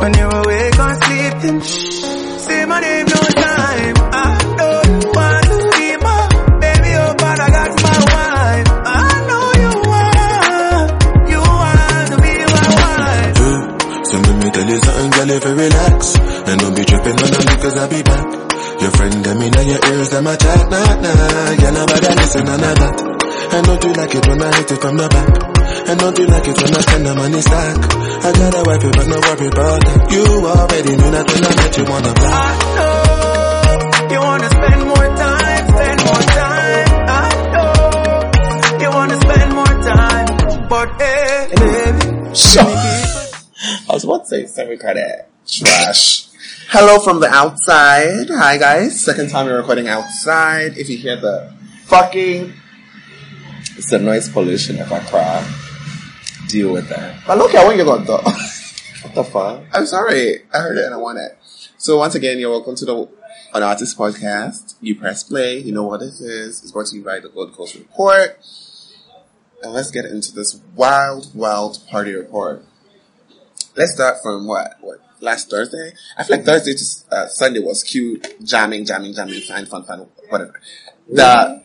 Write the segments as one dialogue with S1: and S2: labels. S1: When you awake, I'm sleeping. Say my name no time. I don't wanna be my baby, oh, but I got my wife. I know you want, you want to be my wife.
S2: Yeah. So let me tell you something, girl, if you relax And don't be tripping on them because I'll be back Your friend got me now, your ears, them a chat, nah, nah Girl, I'm about to listen, and I that And don't you like it when I hit it from the back And don't you like it when I spend the money stack I got a wife, but no worry about that You already knew that when I met you on the block
S1: I know you wanna spend more time, spend more time. I know you wanna spend more time, but hey, baby,
S3: Sure.
S4: I was about to say semi credit.
S3: Trash. Hello from the outside. Hi guys. Second time we're recording outside. If you hear the fucking
S4: It's the noise pollution if I cry. Deal with that.
S3: but look, I want you to go though.
S4: What the fuck?
S3: I'm sorry. I heard it and I want it. So once again, you're welcome to the An Artist Podcast. You press play. You know what this is. It's brought to you by the Gold Coast Report. And let's get into this wild, wild party report. Let's start from what? What? Last Thursday? I feel like Thursday to uh, Sunday was cute. Jamming, jamming, jamming, fun, fun, fun, whatever. The...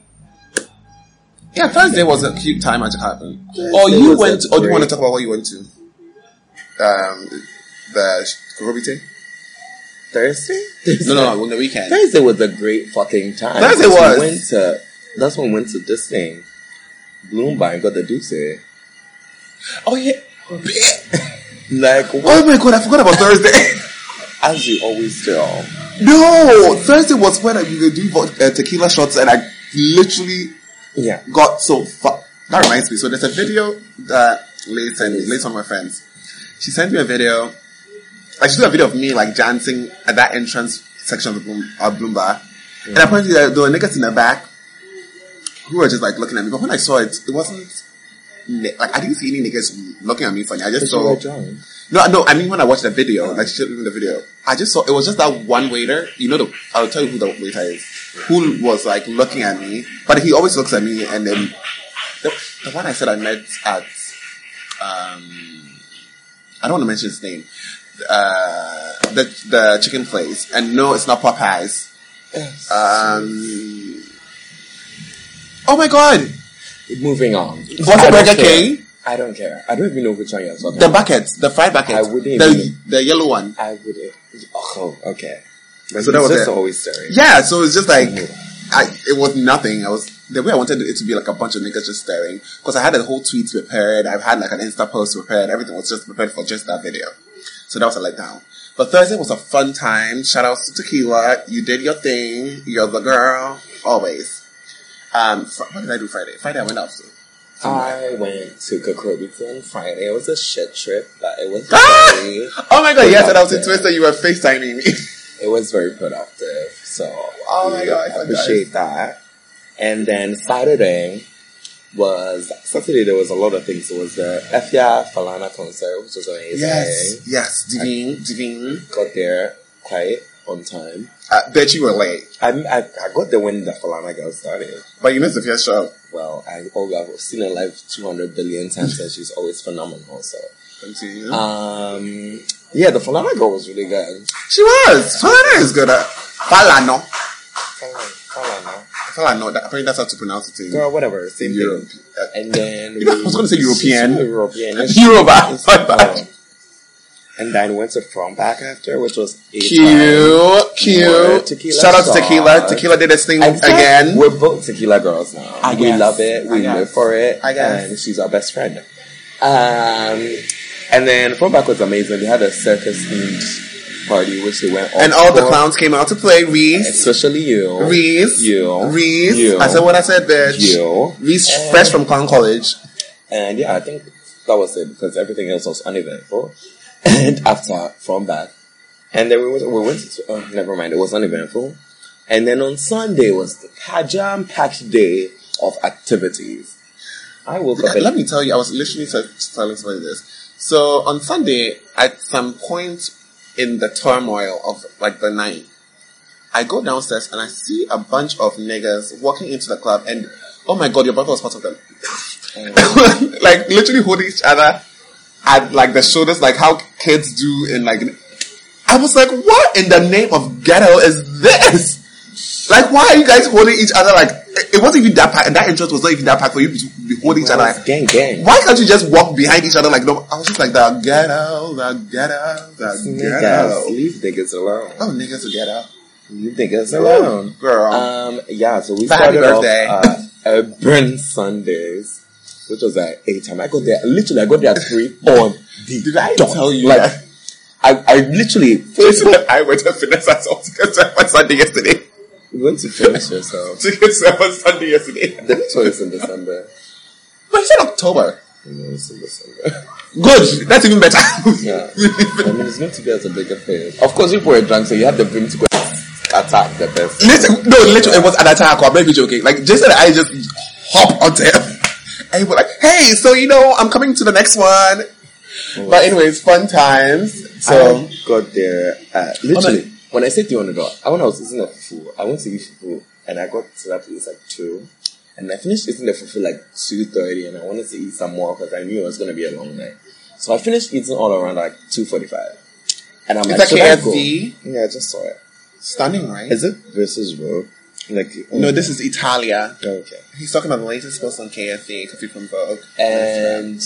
S3: Yeah, Thursday was a cute time at Japan. Or
S4: Thursday
S3: Oh, you
S4: was a
S3: went, or do you want to
S4: great-
S3: talk about what you went to? um, the Kurobite?
S4: Thursday?
S3: No, no, no, on the weekend.
S4: Thursday was a great fucking time.
S3: Thursday
S4: That's when
S3: was.
S4: we Went to, that's when we went to this thing. Bloomberg and got the deuce. eh?
S3: Oh yeah.
S4: Like, what?
S3: Oh my god, I forgot about Thursday.
S4: As you always do.
S3: no, Thursday was when I we were doing vo- uh, tequila shots, and I literally
S4: Yeah.
S3: got so fuck. That reminds me. So there's a video that Lace and Lace, one of my friends, she sent me a video. I just do a video of me like dancing at that entrance section of the Bloom, uh, Bloom Bar, and apparently there, there were niggas in the back who were just like looking at me. But when I saw it, it wasn't ni- like I didn't see any niggas looking at me funny. I just
S4: But you
S3: saw
S4: were drunk.
S3: no, no. I mean when I watched the video, like she showed me the video, I just saw it was just that one waiter. You know, the, I'll tell you who the waiter is, who was like looking at me, but he always looks at me. And then the, the one I said I met at, um, I don't want to mention his name, uh, the the chicken place. And no, it's not Popeyes. Um, oh my god,
S4: Moving on.
S3: What's
S4: I
S3: a
S4: don't
S3: Burger
S4: care.
S3: King?
S4: I don't care. I don't even know which one you're talking
S3: The
S4: about.
S3: bucket, the fried bucket,
S4: I wouldn't
S3: the
S4: even-
S3: the yellow one.
S4: I would. Oh, okay. But
S3: So that was
S4: just
S3: it.
S4: always stirring.
S3: Yeah, so it's just like I, it was nothing. I was the way I wanted it to be like a bunch of niggas just staring because I had a whole tweet prepared. I've had like an Insta post prepared. Everything was just prepared for just that video. So that was a letdown. But Thursday was a fun time. Shout outs to Tequila. You did your thing. You're the girl always. Um, fr- what did I do Friday? Friday I went out. to-
S4: I went to Kakurubito on Friday. It was a shit trip, but it was
S3: Ah!
S4: very,
S3: Oh my god! Yes, and I was in
S4: productive.
S3: Twitter. You were FaceTiming me.
S4: It was very productive. So
S3: Oh my
S4: we
S3: God, so
S4: appreciate that. And then Saturday was Saturday. There was a lot of things. It was the Efia Falana concert, which was amazing.
S3: yes, yes. Divine, divine.
S4: Got there quite on time.
S3: I bet you were late,
S4: I, I I got there when the Falana girl started.
S3: but you missed the first show.
S4: Well, I oh, I've seen her live two hundred billion times, and she's always phenomenal. So.
S3: Continue.
S4: Um, yeah, the Falana girl was really good.
S3: She was. Falana is good. At, Falano.
S4: Falana,
S3: Falano. That, apparently that's how to pronounce it in
S4: girl, whatever, same
S3: Europe.
S4: thing. And then
S3: You know, I was gonna say European.
S4: She's European, yes,
S3: Yoruba.
S4: she's
S3: My bad.
S4: European. And then went to front back after, which was a time.
S3: Cute,
S4: Word,
S3: cute.
S4: tequila
S3: Shout out to
S4: shot.
S3: Tequila. Tequila did his thing
S4: I guess
S3: again.
S4: we're both tequila girls now.
S3: I
S4: We
S3: guess.
S4: love it.
S3: I
S4: We
S3: guess.
S4: live for it.
S3: I guess.
S4: And she's our best friend. Um, and then front back was amazing. They had a circus themed party, which they went all
S3: And all the
S4: for.
S3: clowns came out to play. Reese.
S4: especially you,
S3: Reese.
S4: you,
S3: Reese.
S4: you,
S3: I said what I said, bitch.
S4: you.
S3: Reese,
S4: And-
S3: fresh from clown college.
S4: And yeah, I think that was it because everything else was uneventful. And after from that, and then we went. We went to. Oh, never mind. It was uneventful. And then on Sunday was the jam packed day of activities. I woke up.
S3: Let-
S4: and-
S3: Let me tell you, I was literally t- telling somebody this. So on Sunday, at some point in the turmoil of like the night, I go downstairs and I see a bunch of niggas walking into the club, and oh my god, your brother was part of them. like literally holding each other at like the shoulders, like how kids do in like I was like, what in the name of ghetto is this? Like, why are you guys holding each other? Like, it- it wasn't even that pack, and that interest was not even that pack for you to be holding each other.
S4: Well, it's
S3: Like,
S4: gang, gang.
S3: why can't you just walk behind each other? Like, no, I was just like, the ghetto, the ghetto, the
S4: Niggas,
S3: ghetto.
S4: leave niggas alone.
S3: Oh, niggas will get out.
S4: Leave niggas alone.
S3: Girl.
S4: Um, yeah, so we
S3: Happy
S4: started
S3: birthday.
S4: off uh, Urban Sundays, which was at eight time. I got there literally. I got there at three on the
S3: Did I
S4: dot.
S3: tell you
S4: Like,
S3: that?
S4: I, I literally
S3: Listen, I went to fitness at on Sunday yesterday.
S4: you went to finish yourself.
S3: Ticket sale on Sunday yesterday.
S4: The next one is in December.
S3: But it's in October.
S4: You know, it's in December.
S3: Good. That's even better.
S4: Yeah, I mean, it's going to be as a bigger thing. Of course, people were drunk, so you had the brain to go attack the person.
S3: Listen, no, literally, it was an attack. I'm not even joking. Like, Jason and I just hop onto him. And he was like, hey, so, you know, I'm coming to the next one.
S4: Oh.
S3: But anyways, fun times. So,
S4: So got there uh, literally when I said three hundred dollars. I when I was eating the fufu, I went to eat fufu, and I got to that place like two, and I finished eating the fufu like two thirty, and I wanted to eat some more because I knew it was going to be a long night. So I finished eating all around like two forty five, and I'm
S3: Is
S4: like,
S3: that
S4: should I
S3: KFC?
S4: go? Yeah, I just saw it.
S3: stunning, right?
S4: Is it versus road? Like
S3: No, this is Italia.
S4: okay.
S3: He's talking about the latest post on KFC, Coffee from Vogue.
S4: and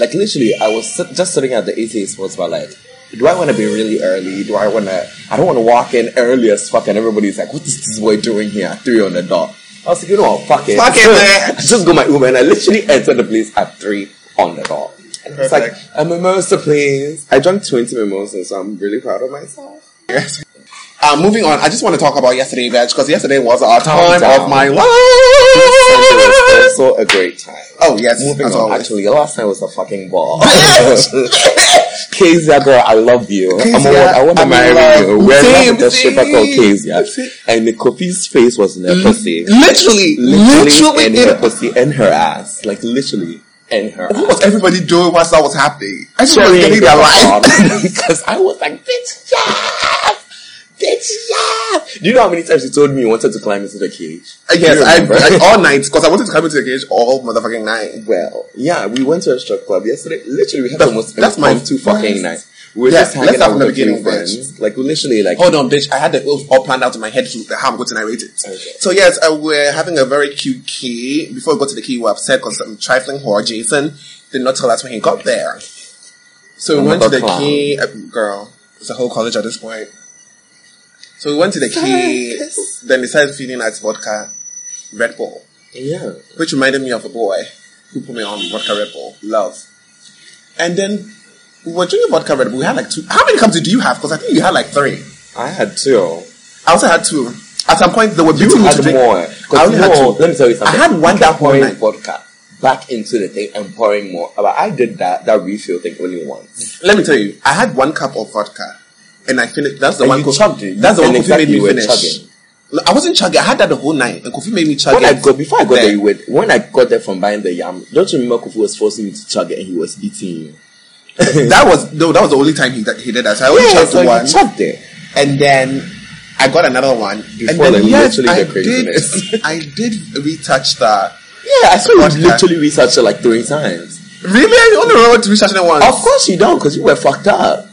S4: like literally I was sit- just sitting at the ATA sports bar like do I want to be really early? Do I want to? I don't want to walk in early as fuck, and everybody's like, "What is this boy doing here?" at Three on the dot. I was like, "You know what? Fuck it,
S3: Fuck it, man.
S4: I just got my Uber, and I literally entered the place at three on the dot. And it's like
S3: Perfect.
S4: a mimosa, please. I drank twenty mimosas, so I'm really proud of myself.
S3: Uh, moving on, I just want to talk about yesterday, Veg, because yesterday was our time
S4: Calm down.
S3: of my life.
S4: It was also a great time.
S3: Oh, yes,
S4: Moving
S3: as
S4: on,
S3: always.
S4: actually, your last night was a fucking ball. Kezia, girl, I love you. I'm a,
S3: Kezia,
S4: I want to
S3: I'm in
S4: marry
S3: love.
S4: you. We're
S3: Same,
S4: not the shape I call
S3: same.
S4: Kezia.
S3: Same.
S4: And the Kofi's face was in her pussy.
S3: Literally,
S4: Literally
S3: literally,
S4: in
S3: in
S4: her pussy and her ass. Like, literally in her
S3: What
S4: ass.
S3: was everybody doing whilst that was happening? I just was
S4: Cheering
S3: getting their
S4: them on.
S3: life.
S4: Because I was like, bitch, yes! Bitch, yes! Do you know how many times you told me you wanted to climb into the cage?
S3: Yes,
S4: You remember?
S3: I, I all night because I wanted to come into the cage all motherfucking night.
S4: Well, yeah, we went to a strip club yesterday. Literally, we had
S3: That-
S4: the most
S3: that's my
S4: impromptu
S3: first-
S4: fucking night. We were
S3: Yeah,
S4: just hanging
S3: let's start
S4: out
S3: from
S4: with
S3: the
S4: a few
S3: beginning,
S4: friends. Like, we literally, like,
S3: Hold on, bitch! I had it all all planned out in my head to how I'm going to narrate it.
S4: Okay.
S3: So yes, uh, we're having a very cute key. Before we got to the key, we were upset because some trifling whore Jason did not tell us when he got there. So we went to
S4: Another
S3: the
S4: clown.
S3: key, uh, girl. It's a whole college at this point. So we went to the key. Then they started feeding us vodka, Red Bull.
S4: yeah.
S3: which reminded me of a boy who put me on vodka Red Bull. Love. And then we were drinking vodka Red Bull. We had like two. How many cups did you have? Because I think you had like three.
S4: I had two.
S3: I also had two. At some point, they were
S4: You
S3: beating me
S4: had
S3: to drink.
S4: more.
S3: I
S4: 'Cause
S3: only
S4: you
S3: had
S4: know,
S3: two.
S4: let me tell you something.
S3: I had one
S4: You
S3: that
S4: kept
S3: whole
S4: pouring
S3: night.
S4: vodka back into the thing and pouring more. But I did that, that refill thing only once.
S3: Let me tell you, I had one cup of vodka, and I finished. That's the
S4: And
S3: one.
S4: you
S3: Kofi-
S4: chugged it. You
S3: That's the one Kofi
S4: finished like
S3: made
S4: you
S3: me
S4: were
S3: finish.
S4: chugging.
S3: No, I wasn't chugging. I had that the whole night, and Kofi made me chug
S4: When I
S3: it.
S4: got, before I got
S3: There.
S4: there, you were, when I got there from buying the yam, don't you remember Kofu was forcing me to chug it and he was beating you?
S3: that was no. That was the only time he, he did that. So I only
S4: Yeah,
S3: chugged
S4: so
S3: one.
S4: you chugged it.
S3: and then I got another one. and
S4: Before,
S3: then,
S4: like,
S3: yes,
S4: literally
S3: I
S4: the craziness.
S3: did. I did retouch that.
S4: Yeah, I saw
S3: Vodka.
S4: you literally researched it like three times.
S3: Really, I only remember to retouch that once.
S4: Of course you don't, because you were fucked up.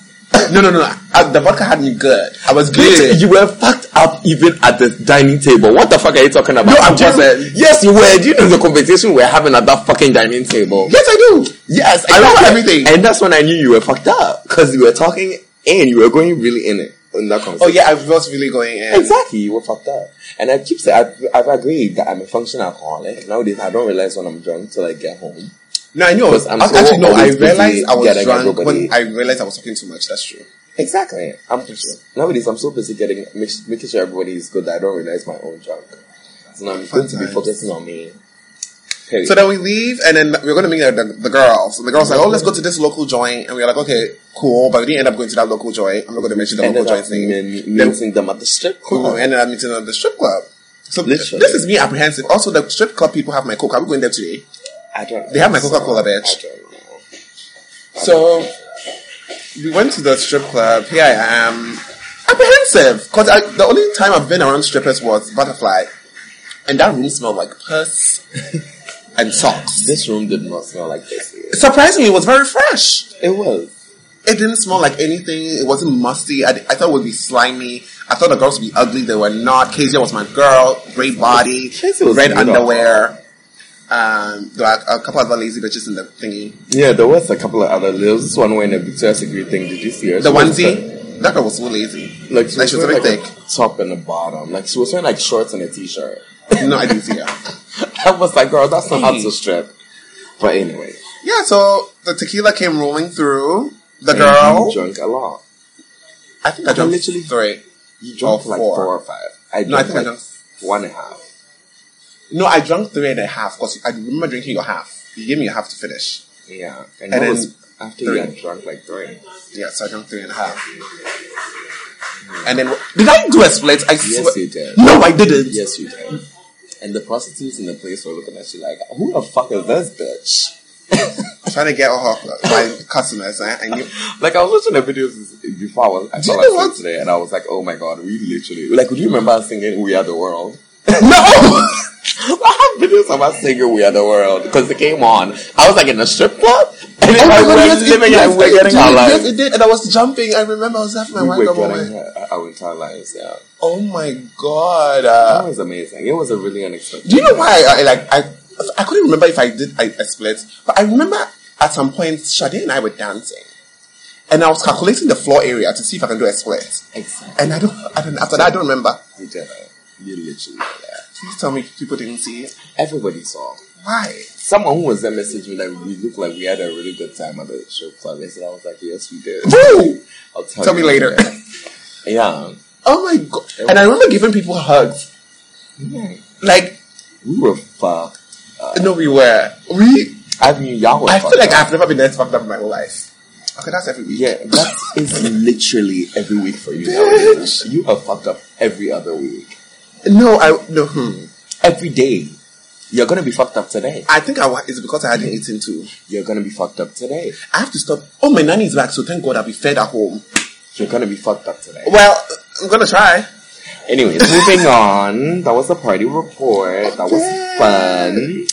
S3: No, no, no. I, the vodka had me good. I was good.
S4: You were fucked up even at the dining table. What the fuck are you talking about?
S3: No, I
S4: Do you-
S3: wasn't.
S4: Yes, you were. Do you know the conversation we're having at that fucking dining table?
S3: Yes, I do.
S4: Yes,
S3: I remember
S4: exactly.
S3: everything.
S4: And that's when I knew you were fucked up, because you were talking and you were going really in it in that
S3: Oh
S4: conversation.
S3: yeah, I was really going in.
S4: Exactly, you were fucked up. And I keep saying, I've, I've agreed that I'm a functional alcoholic. Nowadays, I don't realize when I'm drunk till I get home.
S3: No, I knew I was.
S4: Because I'm
S3: actually,
S4: so
S3: no, I
S4: always busy
S3: realized I was
S4: getting
S3: drunk when
S4: everybody.
S3: I realized I was talking too much. That's true.
S4: Exactly. I'm nowadays. I'm so busy getting mix- making sure everybody is good that I don't realize my own junk. So now I'm
S3: Fun
S4: going to be
S3: times.
S4: focusing on me. Period.
S3: So then we leave, and then we're going to meet the, the girls. And the girls like, oh, let's go to this local joint. And we were like, okay, cool. But we didn't end up going to that local joint. I'm not going to mention the
S4: ended
S3: local
S4: up
S3: joint thing.
S4: men-
S3: Then-
S4: meeting them at the strip
S3: Cool.
S4: club.
S3: ended up meeting at the strip club. So
S4: Literally.
S3: this is me apprehensive. Also, the strip club people have my coke. Are we going there today?
S4: I don't.
S3: They have
S4: know.
S3: my Coca-Cola, bitch.
S4: I don't know.
S3: So we went to the strip club. Here I am, apprehensive because the only time I've been around strippers was Butterfly, and that room smelled like puss and socks.
S4: This room did not smell like this.
S3: Surprisingly, it was very fresh.
S4: It was.
S3: It didn't smell like anything. It wasn't musty. I, I thought it would be slimy. I thought the girls would be ugly. They were not. Kezia was my girl. Great body.
S4: Kezia was
S3: red
S4: beautiful.
S3: underwear. Um, there were a couple other lazy bitches in the thingy.
S4: Yeah, there was a couple of other. There was this one wearing a Victoria's Secret thing. Did you see her?
S3: The
S4: She was
S3: onesie. That girl was so lazy.
S4: Like, she
S3: Like,
S4: was
S3: she was
S4: wearing,
S3: very
S4: like, a top and a bottom. Like she was wearing like shorts and a t-shirt.
S3: No, I didn't see her.
S4: I was like, girl, that's not how to strip. But anyway,
S3: Yeah, so the tequila came rolling through. The
S4: and
S3: girl.
S4: you drunk a lot.
S3: I think I
S4: I
S3: drank
S4: literally-
S3: three.
S4: You drunk
S3: Or
S4: like
S3: four.
S4: four or five. I drank
S3: No, I think I
S4: like
S3: drank.
S4: one and a half.
S3: No, I drank three and a half because I remember drinking your half. You gave me your half to finish.
S4: Yeah,
S3: And
S4: and, that
S3: then
S4: was after
S3: three.
S4: you had drunk like three.
S3: Yeah, so I drank three and a half. And then did I do a split? I swear.
S4: Hmm. Yes, you did.
S3: No, I didn't.
S4: Yes, you did. And the prostitutes in the place were looking at you like, "Who the fuck is this bitch?"
S3: I'm trying to get all her my customers. eh, I, I knew.
S4: Like I was watching the videos before I was
S3: Do
S4: I
S3: you
S4: saw
S3: know
S4: that clip
S3: what?
S4: today, and I was like, "Oh my god, we literally like." Would you remember us singing "We Are the World"?
S3: No.
S4: I have videos of us singing "We Are the World" because it came on. I was like in a strip club, and
S3: Oh
S4: then
S3: my
S4: like,
S3: God,
S4: we're
S3: yes, it-
S4: living
S3: yes,
S4: and we're
S3: it
S4: getting
S3: did,
S4: our
S3: Yes,
S4: lives.
S3: it did. And I was jumping. I remember I was laughing my
S4: We
S3: white
S4: were
S3: girl
S4: getting
S3: moment.
S4: our, our entire lives. Yeah,
S3: Oh my god.
S4: that
S3: Uh,
S4: was amazing. It was a really unexpected.
S3: do you know
S4: moment.
S3: why? I, I, like I, I couldn't remember if I did I, I split, but I remember at some point Sade and I were dancing, and I was calculating the floor area to see if I can do a split.
S4: Exactly.
S3: And I don't. I don't. After that, I don't remember.
S4: You did it. You literally did it.
S3: Please tell me people didn't see it.
S4: Everybody saw.
S3: Why?
S4: Someone who was there messaged me like we looked like we had a really good time at the strip club. And I was like, yes, we did.
S3: Who?
S4: I'll tell,
S3: Tell
S4: you
S3: me later.
S4: Yeah.
S3: Oh my god! And I remember giving people hugs. Like
S4: We were fucked.
S3: no, we were we.
S4: I mean, y'all were
S3: I
S4: fucked
S3: feel like
S4: up.
S3: I've never been that fucked up in my whole life. Okay, that's every week.
S4: Yeah, that is literally every week for you nowadays. You are fucked up every other week.
S3: No, I no. Hmm.
S4: Every day. You're gonna be fucked up today.
S3: I think I wa- it's because I hadn't eaten too.
S4: You're gonna be fucked up today.
S3: I have to stop. Oh, my nanny's back, so thank God I'll be fed at home.
S4: You're gonna be fucked up today.
S3: Well, I'm gonna try.
S4: Anyways, moving on. That was the party report. That was fun.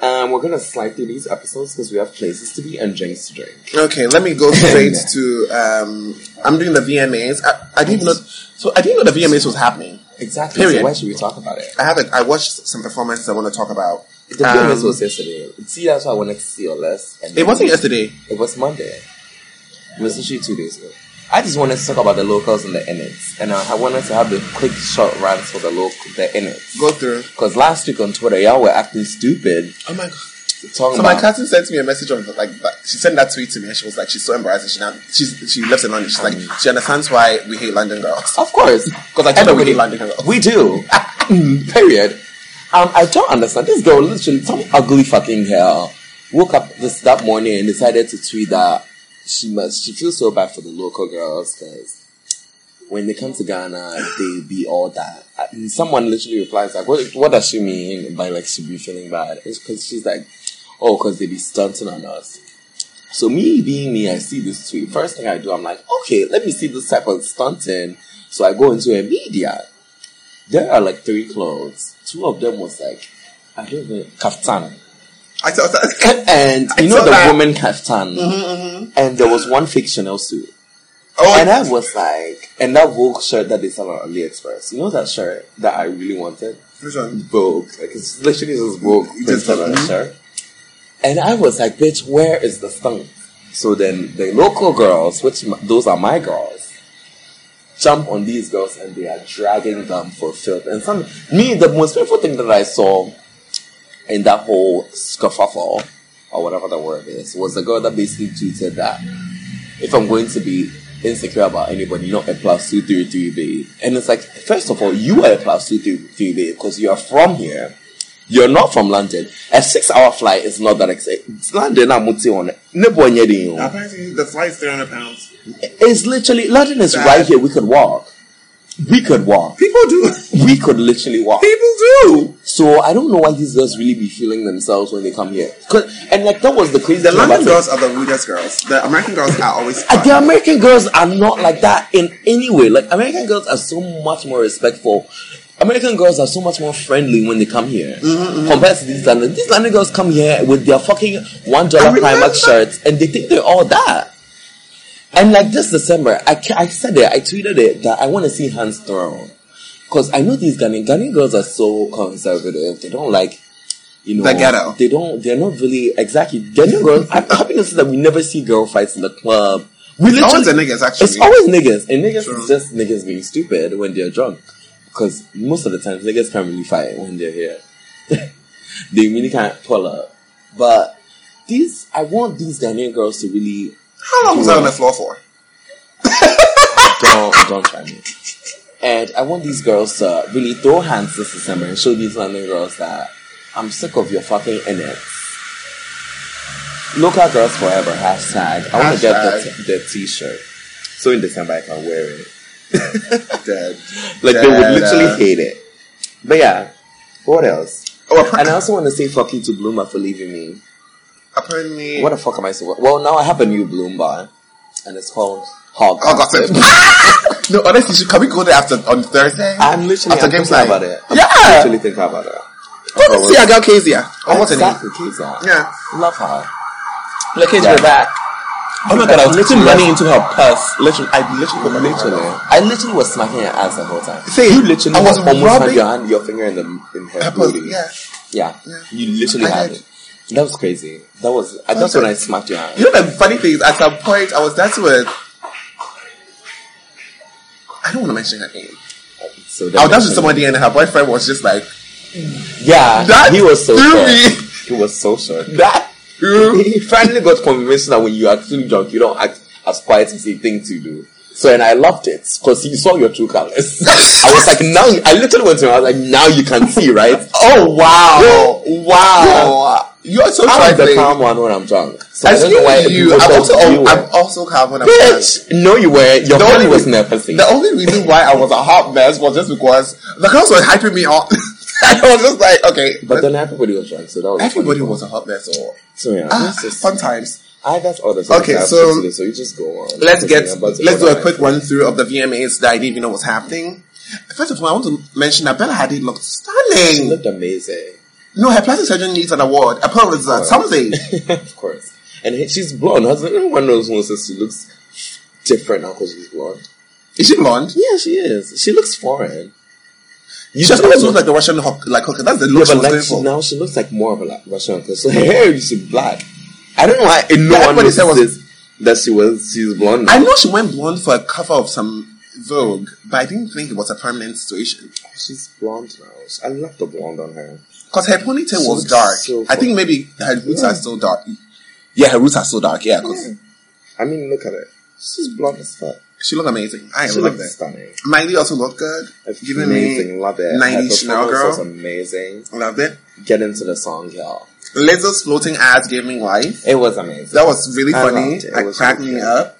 S4: Um, we're gonna slide through these episodes because we have places to be and drinks to drink.
S3: Okay, let me go straight to. Um, I'm doing the VMAs. I, I didn't know. So I didn't know the VMAs was happening.
S4: Exactly.
S3: Period.
S4: So why should we talk about it?
S3: I haven't. I watched some performances I want to talk about.
S4: The
S3: Um,
S4: um, was yesterday. See, that's why I wanted to see your list. And
S3: It wasn't yesterday.
S4: It was Monday. It was literally two days ago. I just wanted to talk about the locals and the innits, and I I wanted to have the quick short rants for the local, the innits.
S3: Go through.
S4: Because last week on Twitter, y'all were acting stupid.
S3: Oh my god.
S4: Talking
S3: So
S4: about,
S3: my cousin sent me a message of like that- she sent that tweet to me and she was like she's so embarrassed she now she's she lives in London she's like
S4: Mm.
S3: she understands why we hate London girls
S4: Of course, because I
S3: Everybody
S4: told everybody
S3: like the girl.
S4: we do. Mm, Period. Um, I don't understand this girl. Literally, some ugly fucking girl woke up this that morning and decided to tweet that she must. She feels so bad for the local girls because when they come to Ghana, they be all that. And someone literally replies like, "What? What does she mean by like she be feeling bad?" It's because she's like, "Oh, because they be stunting on us." So me being me, I see this tweet. First thing I do, I'm like, okay, let me see this type of stunting. So I go into a media. There are like three clothes. Two of them was like, I don't know, kaftan.
S3: I saw that
S4: And you
S3: I saw
S4: know the
S3: that.
S4: woman kaftan. And there was one fictional suit.
S3: oh
S4: And I was like, and that Vogue shirt that they sell on AliExpress. You know that shirt that I really wanted?
S3: which one
S4: Vogue. Like it's literally just Vogue
S3: Just
S4: printed on a
S3: Vogue.
S4: shirt. And I was like, bitch, where is the stunk? So then the local girls, which m- those are my girls, jump on these girls and they are dragging them for filth. And some, me, the most painful thing that I saw in that whole scuffle or whatever the word is, was the girl that basically tweeted that if I'm going to be insecure about anybody, not a plus two three three babe. And it's like, first of all, you are a plus two three three babe because you are from here. You're not from London. A six hour flight is not that exciting. London, I'm with you on it. Nebo nye de yo.
S3: apparently the flight's 300 pounds
S4: It's literally, London is
S3: That-
S4: right here. We could walk. We could walk.
S3: people do
S4: We could literally walk.
S3: people do
S4: So I don't know why these girls really be feeling themselves when they come here. 'Cause- And like, that was the crazy
S3: the
S4: thing about
S3: London
S4: it.
S3: girls are the rudest girls the American girls are always
S4: Uh, the
S3: fun.
S4: American girls are not like that in any way. Like American girls are so much more respectful. American girls are so much more friendly when they come here
S3: Mm-hmm,
S4: compared to these London. These London girls come here with their fucking one dollar
S3: I remember.
S4: Primark shirts and they think they're all that. And like this December, I, ca- I said it, I tweeted it that I want to see hands thrown. Because I know these Ghanaian, Ghanaian girls are so conservative. They don't like, you know,
S3: The ghetto.
S4: they don't, they're not really, exactly. Ghanaian girls, I've, I've noticed that we never see girl fights in the club. We
S3: It's
S4: literally,
S3: always the niggas, actually.
S4: it's always niggas. And niggas
S3: True.
S4: is just niggas being stupid when they're drunk. Because most of the times, niggas can't really fight when they're here. they really can't pull up. But these, I want these Ghanaian girls to really
S3: How long was I on the floor for?
S4: don't don't try me. And I want these girls to really throw hands this December and show these London girls that I'm sick of your fucking innards. Local girls forever hashtag. I want to get the, t- the t-shirt. So in December I can wear it.
S3: Dead.
S4: Like they would
S3: Yeah,
S4: literally
S3: yeah.
S4: hate it. But yeah, what else?
S3: Oh, appar-
S4: And uh, I also want to say fuck you to Bloomer for leaving me.
S3: apparently.
S4: What the fuck am I so? Well, now I have a new Bloom bar, and it's called Hog.
S3: Oh, gossip. no, honestly, should, can we go there after on Thursday?
S4: I'm literally
S3: Oh, after
S4: I'm
S3: game's
S4: thinking
S3: night.
S4: about it. I'm
S3: Yeah.
S4: literally thinking about it.
S3: Go and see our girl Kezia. Oh, what's her name?
S4: exactly, Kizza.
S3: Yeah.
S4: Love her.
S5: Look at
S4: Yeah.
S5: your back. Oh my god, I was literally
S4: Yes.
S5: money into her purse. Literally, I literally put money into
S4: Literally.
S5: her.
S4: I literally was smacking her ass the whole time.
S3: See,
S5: You literally
S3: I was
S4: almost had
S3: rubbing.
S4: your hand, your finger in the in her
S3: her pussy,
S4: booty.
S3: Yeah.
S4: Yeah.
S3: Yeah.
S4: You literally
S3: I
S4: had
S3: did.
S4: it. That was crazy. That was I that's
S3: did.
S4: when I smacked your hand.
S3: You know the funny thing is, at some point, I was dancing with. I don't want to mention her name.
S4: So
S3: I was dancing
S4: that's
S3: with somebody, and her boyfriend was just like,
S4: Yeah.
S3: That
S4: he was so
S3: threw
S4: short.
S3: me.
S4: He was so short.
S5: That
S4: he finally got convinced that when you are too drunk, you don't act as quiet as you think to do. So, and I loved it because he saw your true colors. I was like, now, you- I literally went to him, I was like, now you can see, right?
S3: "Oh wow,
S4: wow.
S3: you're so
S4: I'm the
S3: trifling."
S4: calm one when I'm drunk. So I don't know why
S3: Excuse you.
S4: people
S3: I'm
S4: thought
S3: also,
S4: you were.
S3: I'm also calm when I'm drunk.
S4: Bitch! No, you were. Your
S3: The
S4: body
S3: only
S4: was
S3: re-
S4: never seen.
S3: The only reason why I was a hot mess was just because the girls were hyping me up. I was just like, okay.
S4: But then everybody was drunk, so that was
S3: everybody
S4: funny.
S3: was a hot mess. Or,
S4: So yeah,
S3: ah,
S4: that's just.
S3: fun times.
S4: I that's all that's
S3: Okay,
S4: I have
S3: so-
S4: to do, so you just go on.
S3: Let's
S4: Because
S3: get
S4: I'm about to
S3: let's do a
S4: organize.
S3: quick run through of the VMAs that I didn't even know was happening. First of all, I want to mention that Bella Hadid looked
S4: She
S3: stunning.
S4: looked amazing.
S3: No, her plastic surgeon needs an award. A problem is that something.
S4: of course. And he- she's blonde. Her- Everyone knows Moon says she looks different now because she's blonde.
S3: Is she blonde?
S4: Yeah, she is. She looks foreign.
S3: You just always look like the Russian hook, like hooker. That's the
S4: Yeah,
S3: look she
S4: but
S3: was
S4: like
S3: going
S4: she,
S3: for.
S4: now she looks like more of a like, Russian because her hair used to be black. I don't know why and no
S3: Yeah,
S4: one
S3: everybody said was-
S4: notices that she was she's blonde. Now.
S3: I know she went blonde for a cover of some Vogue, but I didn't think it was a permanent situation.
S4: she's blonde now. I love the blonde on her.
S3: Because her ponytail
S4: So
S3: was
S4: it's
S3: dark.
S4: so
S3: I think maybe her roots are still dark. Yeah, her roots are still dark. Yeah, 'cause
S4: Yeah. I mean, look at her. She's blonde as fuck.
S3: she looked amazing. I
S4: She
S3: love
S4: looks
S3: that.
S4: stunning.
S3: Miley also looked good. Giving
S4: amazing.
S3: me
S4: love it.
S3: 90s
S4: Her
S3: Chanel
S4: performance was
S3: girl.
S4: amazing.
S3: loved it.
S4: Get into the song, y'all.
S3: Lizzo's floating ass gave me life.
S4: It was amazing.
S3: That was really
S4: I
S3: funny.
S4: loved it. It
S3: I
S4: was
S3: cracked
S4: really
S3: me
S4: good.
S3: up.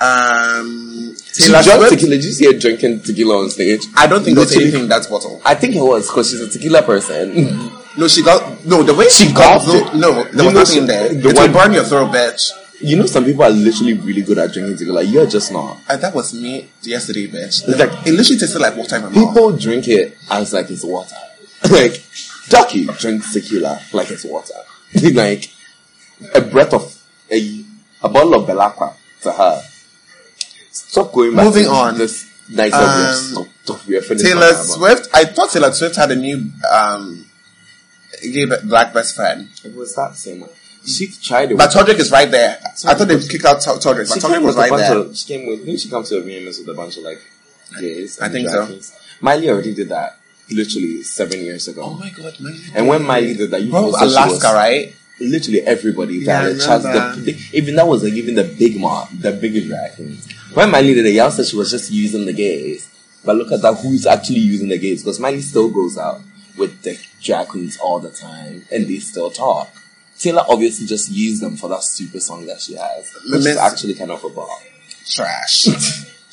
S3: Um,
S4: She
S3: Taylor
S4: drank
S3: Swift?
S4: tequila. Did you see her drinking tequila on stage?
S3: I don't think there's
S4: Literally.
S3: anything in that bottle.
S4: I think it was because she's a tequila person.
S3: No, she got no. The way she, got
S4: gulped
S3: the,
S4: it.
S3: no, there
S4: You
S3: was
S4: know
S3: nothing
S4: she-
S3: in there.
S4: the
S3: it
S4: one-
S3: will burn your throat, bitch.
S4: you know, some people are literally really good at drinking tequila. You're just not.
S3: And that was me yesterday, bitch.
S4: It's like-
S3: it literally tasted like water in my mouth.
S4: People drink it as like it's water. like Ducky drinks tequila like it's water. like a breath of a a bottle of Belacqua to her. Stop going back.
S3: Moving
S4: to
S3: on.
S4: This nice
S3: Um,
S4: um, stop, stop. We are finished.
S3: Taylor
S4: with that, but-
S3: Swift. I thought Taylor Swift had a new um, gay be- black best friend,
S4: It was that same one. She tried it.
S3: but
S4: with-
S3: Todrick is right there. I thought they kicked out Tod- Todrick, but
S4: She came
S3: Todrick was
S4: with a
S3: right
S4: bunch
S3: there.
S4: of. She came with. Didn't she come to a VMS with a bunch of like gays?
S3: I
S4: and
S3: think
S4: drag
S3: so.
S4: queens? Miley already did that literally seven years ago.
S3: oh my god, Miley!
S4: and when Miley did that, you
S3: Bro,
S4: feel so she
S3: Alaska,
S4: was-
S3: right?
S4: Literally everybody
S3: Yeah, I
S4: that had a
S3: remember.
S4: chance. The, even that was like even the big mom, the big drag queens. When Miley did it, y'all said she was just using the gays. But look at that, who's actually using the gays? Because Miley still goes out with the drag queens all the time, and they still talk. Taylor obviously just used them for that stupid song that she has, which
S3: Miss-
S4: is actually kind of a bar.
S3: Trash.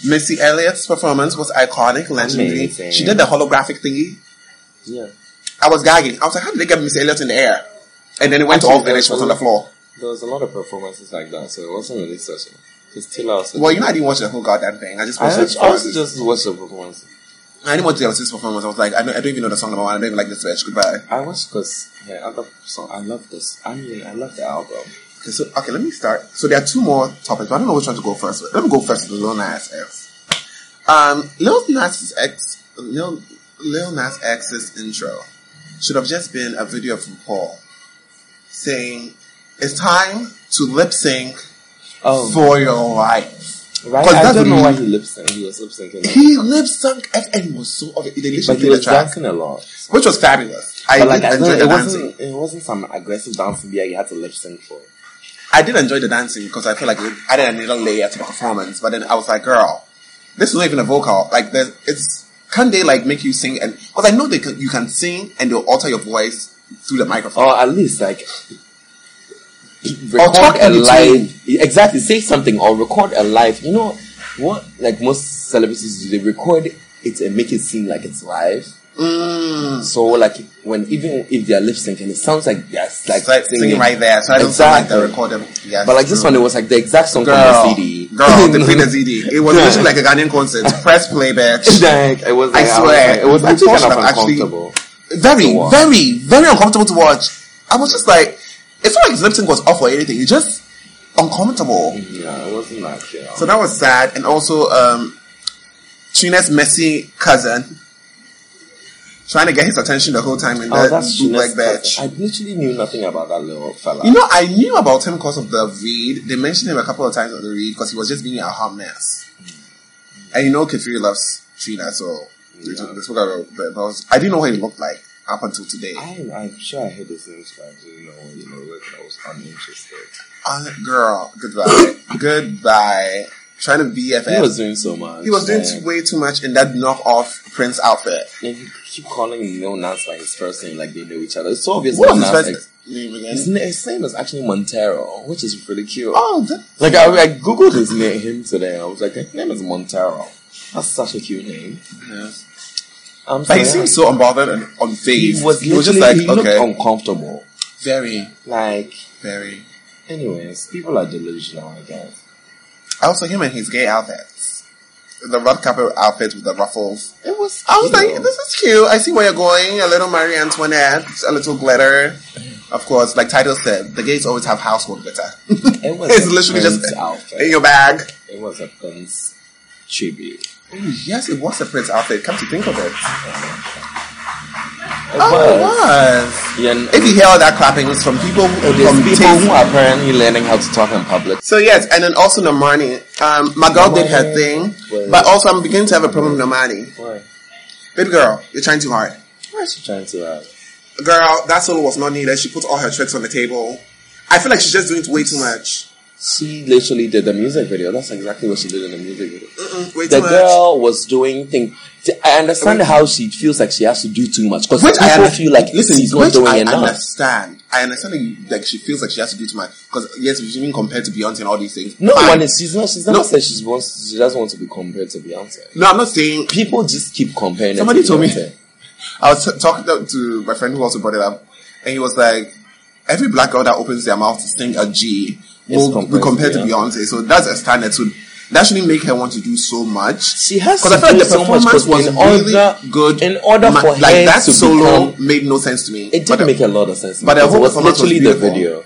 S3: Missy Elliott's performance was iconic, legendary.
S4: Amazing.
S3: She did the holographic thingy.
S4: Yeah.
S3: I was gagging. I was like, how did they get Missy Elliott in the air? And then it went
S4: Actually,
S3: off, and then she was on the floor.
S4: There was a lot of performances like that, so it wasn't really such a because Taylor also.
S3: Well, you know, I didn't watch the whole goddamn thing. I just
S4: I
S3: watched.
S4: actually
S3: the
S4: also
S3: performances.
S4: just watched the performance.
S3: I didn't watch the Elliott's performance. I was like, I don't, I don't even know the song number one. I don't even like this bitch. Goodbye.
S4: I watched because her other song. I love this. I mean, I love the album.
S3: Okay, so okay, let me start. So there are two more topics, but I don't know which one to go first. With. Let me go first with Lil Nas X. Um, Lil Nas X, Lil, Lil Nas X's intro should have just been a video from Paul saying, "It's time to lip sync
S4: Oh,
S3: for your life."
S4: right.
S3: 'cause
S4: I
S3: that's
S4: don't know
S3: really-
S4: why he lip synced. He was lip syncing,
S3: He lip synced and- and it was so obvious. They
S4: but
S3: literally did
S4: he
S3: the
S4: was
S3: track,
S4: dancing a lot.
S3: which was fabulous. I
S4: But like,
S3: did
S4: I
S3: enjoy
S4: don't,
S3: the
S4: it
S3: dancing.
S4: wasn't. It wasn't some aggressive dancing beer you had to lip sync for.
S3: I did enjoy the dancing because I feel like it added another layer to the performance. But then I was like, girl, this is not even a vocal. Like, there's, it's can they like make you sing? And because I know they can, you can sing and they'll alter your voice through the microphone.
S4: Or at least like
S3: Or talk
S4: record a
S3: in between.
S4: live exactly say something or record a live. You know what like most celebrities do they record it and make it seem like it's live.
S3: Mm.
S4: So like when even if they're lip syncing it sounds like they're like
S3: It's like singing, right there, so I don't
S4: Exactly.
S3: sound like they recorded. Yes,
S4: But like this one it was like the exact song
S3: girl,
S4: from the CD.
S3: girl, they played the CD. It was
S4: Yeah.
S3: literally like a Ghanaian concert. Press play, bitch.
S4: like, it was
S3: I
S4: like, was
S3: swear,
S4: like- it was
S3: you
S4: actually
S3: people
S4: kind of
S3: should have actually-
S4: uncomfortable.
S3: very,
S4: to watch.
S3: very, very uncomfortable to watch. I was just like, it's not like his lip sync was off or anything. It's just uncomfortable.
S4: Yeah, it wasn't actually.
S3: So that was sad. And also, um, Trina's messy cousin trying to get his attention the whole time in
S4: oh,
S3: that
S4: that's
S3: bootleg
S4: Sheena's
S3: bitch.
S4: cousin. I literally knew nothing about that little fella.
S3: You know, I knew about him because of the read. They mentioned him a couple of times on the read because he was just being a hot mess. And you know, Kafiri loves Trina, so they
S4: Yeah.
S3: they spoke about but I was- I didn't know what he looked like up until today.
S4: I'm, I'm sure I heard this news, but I didn't know what you know, like, I was uninterested.
S3: Uh, girl, goodbye. goodbye. Trying to BFF.
S4: He was doing so much.
S3: he was doing
S4: like,
S3: way too much in that knockoff Prince outfit.
S4: like, you keep calling Lil Nas by his first name, like they know each other. It's so obvious.
S3: What
S4: Lil
S3: was his
S4: Nas,
S3: first
S4: like,
S3: name again?
S4: his, na- his name is actually Montero, which is really cute.
S3: Oh, that,
S4: Like I, I googled his name him today, and I was like, his name is Montero. That's such a cute name. Um, so
S3: but he
S4: yeah.
S3: seemed so unbothered and unfazed.
S4: He was,
S3: he was just like,
S4: literally- he
S3: okay,
S4: looked uncomfortable.
S3: very,
S4: Like,
S3: very.
S4: anyways, people are delusional, I guess.
S3: Also, him and his gay outfits, the red carpet outfit with the ruffles.
S4: It was.
S3: I was like,
S4: cute.
S3: this is cute. I see where you're going. A little Marie Antoinette, a little glitter. Of course, like title said, the gays always have household glitter
S4: It was
S3: It's
S4: a
S3: literally
S4: Prince
S3: just-
S4: outfit.
S3: in your bag.
S4: It was a Prince tribute.
S3: Yes, it was a Prince outfit. Come to think of it,
S4: It
S3: oh, it
S4: was.
S3: was.
S4: Yeah, and-
S3: If you hear all that clapping, it's from people who,
S4: there's
S3: from
S4: people
S3: taste-
S4: who are apparently learning how to talk in public.
S3: So yes, and then also Normani. Um, my girl did her thing,
S4: was-
S3: but also I'm beginning to have a problem with Normani.
S4: Why?
S3: Baby girl, you're trying too hard.
S4: Why is she trying to uh, have?
S3: Girl, that solo was not needed. She put all her tricks on the table. I feel like she's just doing it way too much.
S4: She literally did the music video. That's exactly what she did in the music video.
S3: Mm-mm, way
S4: The
S3: too
S4: girl was doing things. I understand how she feels like she has to do too much because
S3: much. Which
S4: people
S3: I under-
S4: feel like
S3: listen,
S4: she's not
S3: which
S4: doing
S3: I
S4: enough.
S3: understand. I understand that you, like she feels like she has to do too much because yes, she's being compared to Beyonce and all these things.
S4: No
S3: Fine.
S4: one is. She's not. She's never
S3: No.
S4: said she wants. She doesn't want to be compared to Beyonce.
S3: No, I'm not saying.
S4: People just keep comparing. her
S3: Somebody
S4: to
S3: told me-
S4: Beyonce.
S3: I was t- talking to- to my friend who also brought it up, and he was like, "Every black girl that opens their mouth to sing a G will be
S4: compared to
S3: compared to
S4: Beyonce.
S3: Beyonce." So that's a standard. So that shouldn't make her want to do so much.
S4: She has
S3: Because I
S4: to
S3: feel
S4: do
S3: like the
S4: so much,
S3: performance
S4: 'cause
S3: was
S4: in
S3: really
S4: order-
S3: good.
S4: in order for her
S3: like that
S4: to
S3: solo
S4: become-
S3: made no sense to me.
S4: It
S3: But,
S4: did make a lot of sense.
S3: but the
S4: because
S3: whole
S4: it was
S3: performance was
S4: literally the
S3: beautiful.
S4: video.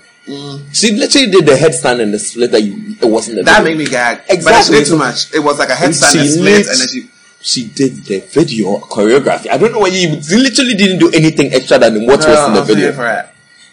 S4: She literally did the headstand and the split that you. It wasn't the
S3: Mm. that
S4: video.
S3: made me gag. But then she
S4: Exactly.
S3: did too much. It was like a headstand
S4: She
S3: and split,
S4: lit-
S3: and then she.
S4: She did the video choreography. I don't know why you literally didn't do anything extra than what was in
S3: Girl,
S4: the
S3: I'm feeling
S4: video.
S3: for it.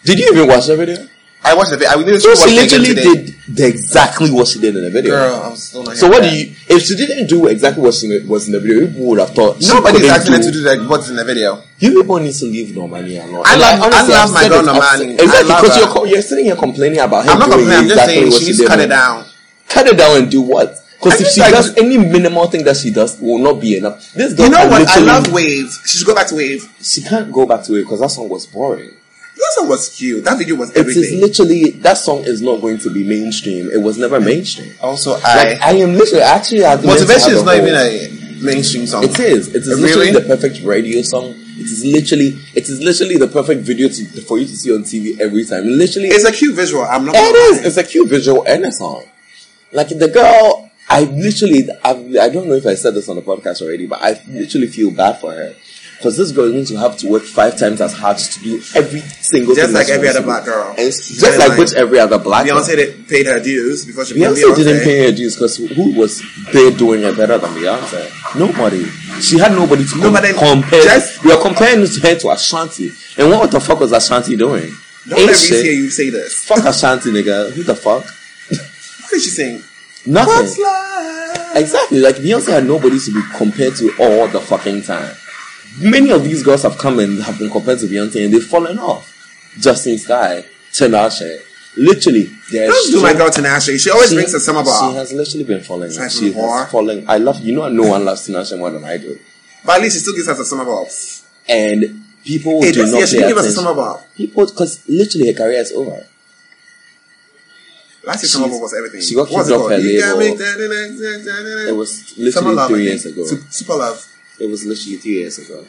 S4: Did you even watch the video?
S3: I watched the video. I literally
S4: So
S3: watched
S4: she
S3: it again
S4: literally
S3: today.
S4: did the, exactly what she did in the video.
S3: Girl, I'm still not
S4: So
S3: here
S4: what
S3: for
S4: do
S3: that.
S4: you? If she didn't do exactly what she was in the video, people would have thought. she
S3: Nobody's
S4: couldn't
S3: asking her to do like what's in the video.
S4: You people need to leave Normani alone.
S3: I
S4: And
S3: love- I love
S4: I've
S3: my
S4: said
S3: girl
S4: it, I've said-
S3: Normani. I
S4: Exactly,
S3: love
S4: because
S3: her.
S4: you're, co- you're sitting here complaining about her
S3: I'm not
S4: doing
S3: complaining. I'm just
S4: exactly
S3: saying
S4: what
S3: she
S4: she
S3: needs
S4: did.
S3: to cut
S4: on-
S3: it down.
S4: Cut it down and do what?
S3: I
S4: Because if
S3: just
S4: she
S3: like-
S4: does any minimal thing that she does, will not be enough. This girl
S3: You know
S4: can
S3: what? I
S4: literally-
S3: love Wave. She should go back to Wave.
S4: She can't go back to it because that song was boring.
S3: That song was cute. That video was
S4: It is
S3: everything.
S4: literally that song is not going to be mainstream. It was never mainstream.
S3: Also,
S4: Like
S3: I
S4: I am literally actually I
S3: motivation is not even a mainstream song.
S4: It is. It is
S3: Really?
S4: literally the perfect radio song. It is literally. It is literally the perfect video to, for you to see on TV every time. Literally,
S3: It's a cute visual. I'm not.
S4: It
S3: gonna
S4: is.
S3: lie.
S4: It's a cute visual and a song. Like the girl, I literally, I've, I don't know if I said this on the podcast already, but I literally feel bad for her Because this girl is going to have to work five times as hard to do every single
S3: Just
S4: thing
S3: like
S4: that she
S3: every other
S4: wants to do.
S3: black girl.
S4: And it's
S3: Very
S4: just like
S3: like-
S4: which every other black girl.
S3: Beyonce did, paid her dues before she played
S4: Beyonce
S3: Beyonce.
S4: didn't pay her dues because who was there doing it better than Beyonce? Nobody. She had nobody to com-
S3: Nobody-
S4: compare.
S3: just-
S4: we are comparing her to Ashanti. And what the fuck was Ashanti doing?
S3: Don't
S4: Ain't
S3: ever
S4: shit.
S3: hear you say this.
S4: Fuck Ashanti, nigga. Who the fuck?
S3: What did she sing?
S4: Nothing.
S3: Slide.
S4: Exactly. Like Beyonce had nobody to be compared to all the fucking time. Many of these girls have come and have been compared to Beyonce and they've fallen off. Justin Sky, Tinashe. Literally, there's
S3: Don't do
S4: so
S3: my girl Tinashe. She always brings a summer
S4: She
S3: ball.
S4: has literally been falling.
S3: Aside from
S4: She
S3: war.
S4: has fallen. I love you know no one loves Tinashe more than I do,
S3: But at least she still gives us a summer ball.
S4: and people
S3: Hey,
S4: Oh, do
S3: this
S4: not
S3: year she
S4: pay
S3: didn't give us a
S4: attention.
S3: summer ball.
S4: people, because literally her career is over.
S3: Last year summer
S4: She's-
S3: ball was everything.
S4: she got
S3: What's
S4: kicked off her
S3: You got
S4: label.
S3: me da- da- da- da- da- da.
S4: It was
S3: Summer
S4: literally
S3: Love, I
S4: three years
S3: think.
S4: ago.
S3: Su- Super love.
S4: It was literally three years ago.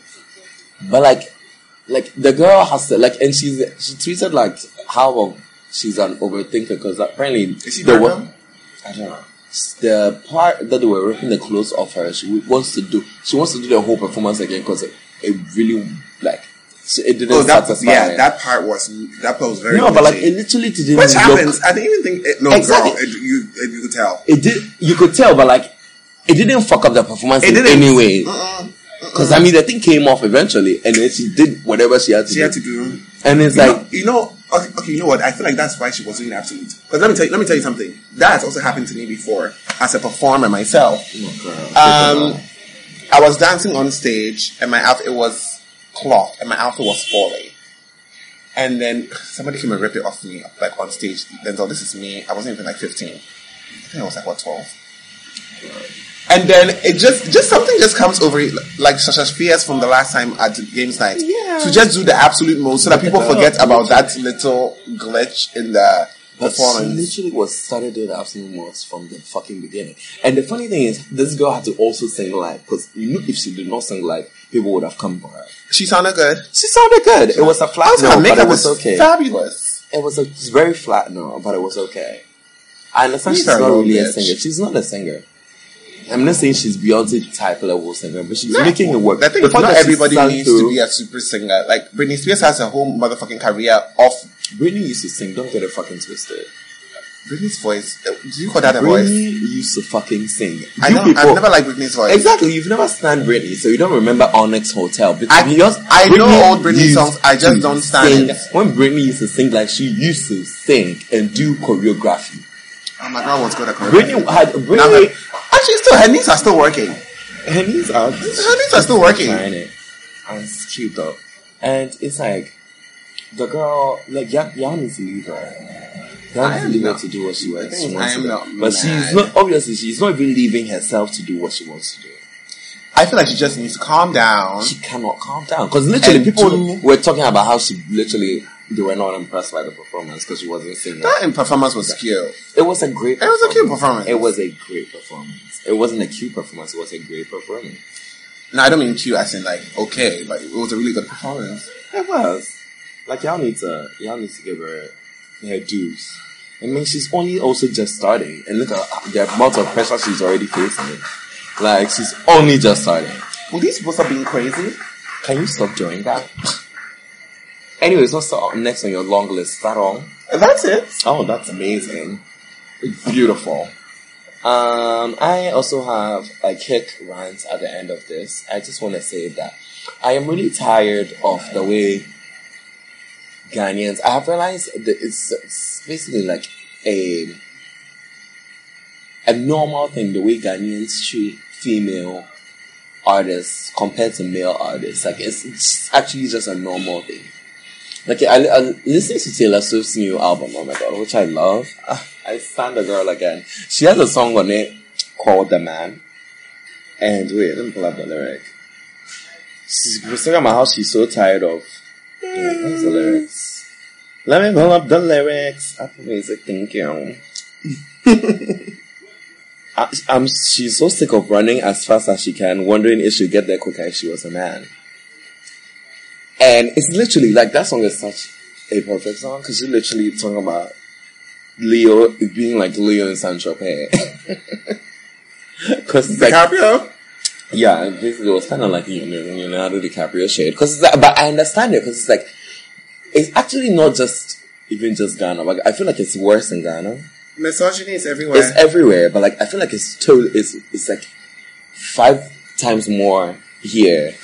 S4: But like, like the girl has to like, and she's she tweeted like how she's an overthinker because apparently
S3: Is she
S4: the
S3: black
S4: one
S3: now?
S4: I don't know. The part that they were ripping the clothes off her, she wants to do. She wants to do the whole performance again because it, it really like she, it didn't
S3: Oh, that
S4: satisfy.
S3: yeah,
S4: her.
S3: that part was that part was very.
S4: no, but like
S3: glitchy.
S4: it literally didn't.
S3: which
S4: look-
S3: happens. I didn't even think. It, no,
S4: Exactly.
S3: girl, it, you it, you could tell.
S4: It did. You could tell, but like it didn't fuck up the performance
S3: It
S4: in
S3: didn't.
S4: any way. Because I mean, the thing came off eventually, and then she did whatever she had to
S3: She
S4: do.
S3: had to do.
S4: And it's
S3: You
S4: like
S3: know, you know okay, okay, you know what? I feel like that's why she was doing absolute. Because let me tell you, let me tell you something. That has also happened to me before as a performer myself.
S4: Oh
S3: Um, I was dancing on stage and my outfit it was cloth and my outfit was falling. And then somebody came and ripped it off me, like on stage. Then so this is me. I wasn't even like fifteen. I think I was like what twelve. And then it just just something just comes over you, like such as fears from the last time at the games night.
S4: Yeah.
S3: To just do the absolute most so that people forget about that little glitch in the
S4: But she
S3: performance.
S4: literally was started doing the absolute most from the fucking beginning. And the funny thing is, this girl had to also sing live because you know if she did not sing live, people would have come for her.
S3: She sounded good.
S4: She sounded good. It was a flat
S3: Also,
S4: note,
S3: her
S4: but it
S3: makeup
S4: was
S3: was
S4: okay.
S3: fabulous.
S4: It was a it's very flat note, but it was okay. I understand
S3: Leave
S4: she's
S3: her
S4: not
S3: alone,
S4: really a
S3: bitch.
S4: singer. She's not a singer. I'm not saying she's Beyonce type level singer, but she's making it work.
S3: I think
S4: The fact
S3: not
S4: that she
S3: everybody
S4: sang
S3: needs
S4: through-
S3: to be a super singer. Like Britney Spears has a whole motherfucking career off
S4: Britney used to sing. Don't get it fucking twisted.
S3: Britney's voice. Uh, Do you call that a voice?
S4: Britney used to fucking sing.
S3: I
S4: You
S3: don't.
S4: people-
S3: I've never liked Britney's voice.
S4: Exactly, you've never stand Britney, so you don't remember Onyx Hotel because
S3: I-
S4: you just,
S3: I know all Britney
S4: used
S3: songs, I just
S4: to
S3: don't stand
S4: sing-
S3: it.
S4: When Britney used to sing, like she used to sing and do choreography.
S3: Oh my god, what's good at Korea?
S4: Britney had
S3: Now her-
S4: Britney,
S3: Actually, still her knees are still working. Her
S4: her knees are
S3: knees are still working.
S4: trying it, and it's cute though, and it's like the girl, like y'all, y'all need to leave her. Y'all
S3: I
S4: need to
S3: am
S4: leave her
S3: not-
S4: to do what she wants.
S3: thing is,
S4: She
S3: I
S4: wants
S3: am
S4: to do.
S3: not
S4: But she's
S3: mad.
S4: not obviously she's not even leaving herself to do what she wants to do.
S3: I feel like she just needs to calm down.
S4: she cannot calm down because literally
S3: And
S4: people
S3: two-
S4: were talking about how she literally they were not impressed by the performance because she wasn't singing.
S3: That in performance was cute.
S4: It was a great.
S3: It was a cute performance.
S4: It was a great performance. It wasn't a cute performance. It was a great performance.
S3: No, I don't mean cute. I in like okay, like it was a really good performance.
S4: It was like y'all need to y'all need to give her her dues. I mean, she's only also just starting, and look at uh, the amount of pressure she's already facing. Like she's only just starting.
S3: Were these supposed to be crazy?
S4: Can you stop doing that? Anyways, what's up next on your long list? Is that all?
S3: That's it.
S4: Oh, that's amazing. Beautiful. Um, I also have a kick rant at the end of this. I just want to say that I am really tired of the way Ghanaians. I have realized that it's, it's basically like a a normal thing the way Ghanaians treat female artists compared to male artists. Like it's, it's actually just a normal thing. Like I, I listening to Taylor Swift's new album, oh my god, which I love. I stand the girl again. She has a song on it called "The Man," and wait, let me pull up the lyric. She's was talking about how she's so tired of. Wait, where's the lyrics? Let me pull up the lyrics. Apple Music, thank you. I, I'm, she's so sick of running as fast as she can, wondering if she'd get there quicker if she was a man. And it's literally like that song is such a perfect song because she's literally talking about Leo being like Leo in San Tropez. Because it's like
S3: DiCaprio.
S4: Yeah, and basically, it was kind of like you know, Leonardo DiCaprio shade. Cause it's like- but I understand it because it's like it's actually not just even just Ghana. Like I feel like it's worse in Ghana.
S3: Misogyny is everywhere.
S4: It's everywhere, but like I feel like it's totally it's it's like five times more here.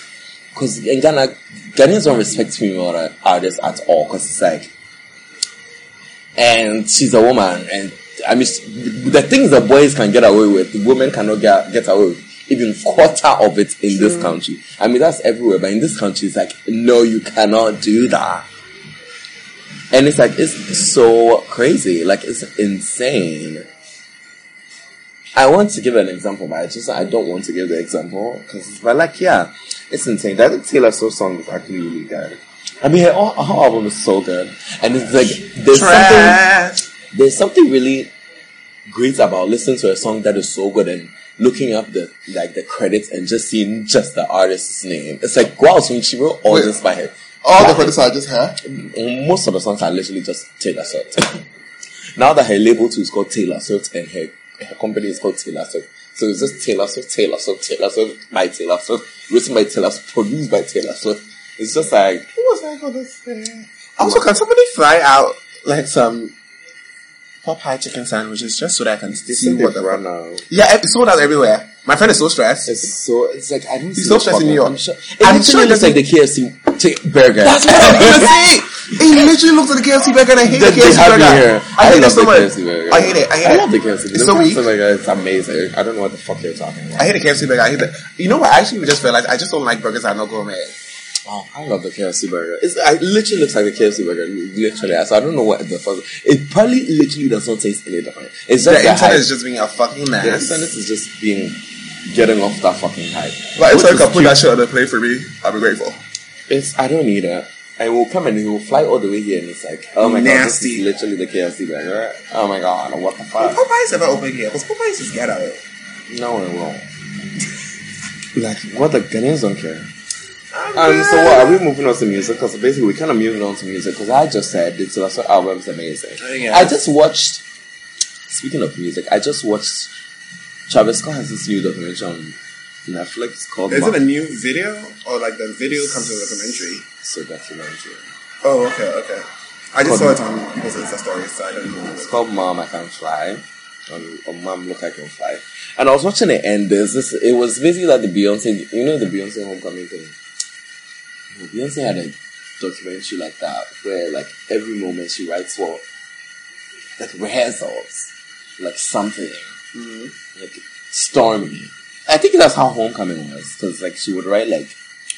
S4: Cause in Ghana, Ghanaians don't respect female ar- artists at all. Cause it's like, and she's a woman, and I mean s- the things that boys can get away with, women cannot get get away with. Even quarter of it in this country. I mean that's everywhere, but in this country, it's like no, you cannot do that. And it's like it's so crazy, like it's insane. I want to give an example, but I just I don't want to give the example because, but like, yeah, it's insane. That Taylor Swift song is actually really good. I mean, her, all- her album is so good, and it's like there's something
S3: Trash.
S4: there's something really great about listening to a song that is so good and looking up the like the credits and just seeing just the artist's name. It's like wow, so she wrote all
S5: Wait.
S4: this by her.
S5: All the credits are just her.
S4: Most of the songs are literally just Taylor Swift. now that her label too is called Taylor Swift and her, her company is called Taylor Swift. So it's just Taylor Swift, Taylor Swift, Taylor Swift by Taylor Swift, written by Taylor Swift, produced by Taylor Swift. It's just like
S3: What was I gonna say? Also, can somebody fly out like some Popeye chicken sandwiches just so that I can see what the
S4: run out.
S3: Yeah, it's sold out everywhere. My friend is so stressed.
S4: It's so it's like I don't. see
S3: so
S4: the
S3: stressed in
S4: problem.
S3: New York.
S4: I'm sure. It
S3: I'm
S4: literally
S3: sure it
S4: looks like the KFC t- burger.
S3: That's what I'm gonna say. It literally looks like the KFC burger and I hate the,
S4: That they
S3: KFC
S4: have
S3: burger.
S4: here.
S3: I hate it
S4: love
S3: so
S4: the
S3: much.
S4: KFC burger.
S3: I hate it. I hate it.
S4: love the KFC.
S3: It's
S4: the
S3: so
S4: KFC
S3: weak.
S4: burger is amazing. I don't know what the fuck you're talking about.
S3: I hate the KFC burger. I hate it. You know what? I actually just realized I just don't like burgers that are not gourmet.
S4: Oh, I love the KFC burger. It's, it literally looks like a KFC burger. Literally, so I don't know what the fuck. It probably literally does not taste any different. It's
S3: The
S4: just the,
S3: internet
S4: hype.
S3: is just being a fucking
S4: the
S3: mess.
S4: internet is just being getting off that fucking hype.
S3: But if
S4: Which
S3: someone
S4: is
S3: can put that shit on the plate for me, I'll be grateful.
S4: It's I don't need it. And will come and he will fly all the way here, and it's like, oh my
S3: Nasty.
S4: god, this is literally the KFC burger. Oh my god, what the fuck?
S3: Popeye's ever open here? Because Popeye's is ghetto.
S4: No, it won't. Like what the Ghanaians don't care. Um,
S3: Um,
S4: so what are we moving on to music? Because basically we're kind of moving on to music. Because I just said the Taylor Swift album is amazing.
S3: Oh, Yeah.
S4: I just watched. Speaking of music, I just watched. Travis Scott has this new documentary on Netflix called
S3: Is
S4: Ma-
S3: it a new video or like the video comes with a documentary?
S4: so documentary.
S3: Oh, okay, okay. I just saw
S4: Called-
S3: it on people's Insta stories, so I don't know.
S4: It's called Mom I Can Fly. Or, or Mom Look I Can Fly. And I was watching it and there's this it was basically like the Beyonce you know the Beyonce homecoming thing. Beyonce had a documentary like that where like every moment she writes what like rehearsals, like something, like stormy. I think that's how homecoming was because like she would write like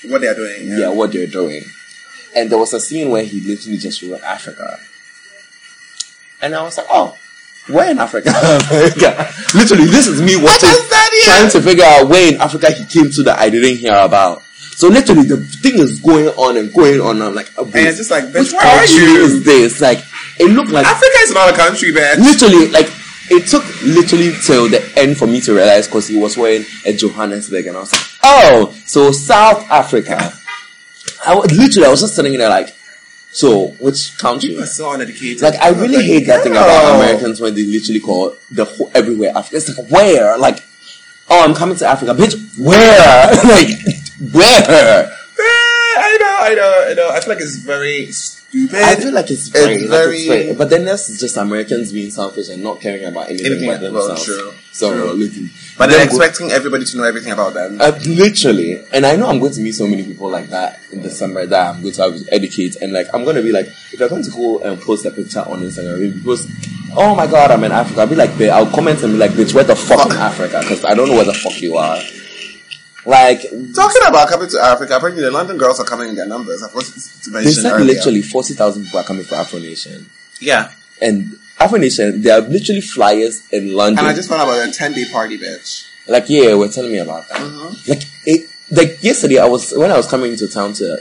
S3: What they are doing?
S4: yeah. what they're doing. And there was a scene where he literally just wrote Africa. And I was like, oh, where in Africa? Africa. Literally, this is me watching,
S3: just said it.
S4: trying to figure out where in Africa he came to that I didn't hear about. So literally, the thing is going on and going on. I'm like, oh,
S3: And it's just like, bitch,
S4: which
S3: where are
S4: country
S3: you?
S4: is this? Like, it looked like
S3: Africa is not a country, man.
S4: literally like it took literally till the end for me to realize because he was wearing a Johannesburg and I was like, oh, so South Africa. I was literally I was just sitting there like, so which country?
S3: People are so uneducated.
S4: Like I really hate that thing about
S3: girl.
S4: Americans when they literally call the whole, everywhere Africa. It's like where? Like, oh, I'm coming to Africa, bitch. Where? like where?
S3: Eh, I know, I know, I know. I feel like it's very stupid.
S4: I feel like it's very,
S3: it's
S4: like it's
S3: very-
S4: very, but then that's just Americans being selfish and not caring about anything,
S3: Anything
S4: but
S3: at all,
S4: themselves.
S3: true,
S4: so
S3: true.
S4: literally,
S3: but they're
S4: Then go-
S3: expecting everybody to know everything about them.
S4: Uh, literally, and I know I'm going to meet so many people like that in December that I'm going to have to educate and like I'm going to be like, if you're going to go and post a picture on Instagram, if you post, oh my god, I'm in Africa, I'll be like, "Bitch," I'll comment and be like, bitch, where the fuck in Africa? Because I don't know where the fuck you are. Like
S3: Talking about coming to Africa, apparently the London girls are coming in their numbers. I forgot to mention
S4: they said,
S3: earlier.
S4: literally forty thousand people are coming for Afro Nation,
S3: Yeah.
S4: and Afro Nation they are literally flyers in London.
S3: And I just found out about a 10 day party, bitch.
S4: Like, yeah, were telling me about that.
S3: Mm-hmm.
S4: Like, it, like yesterday, I was when I was coming into town to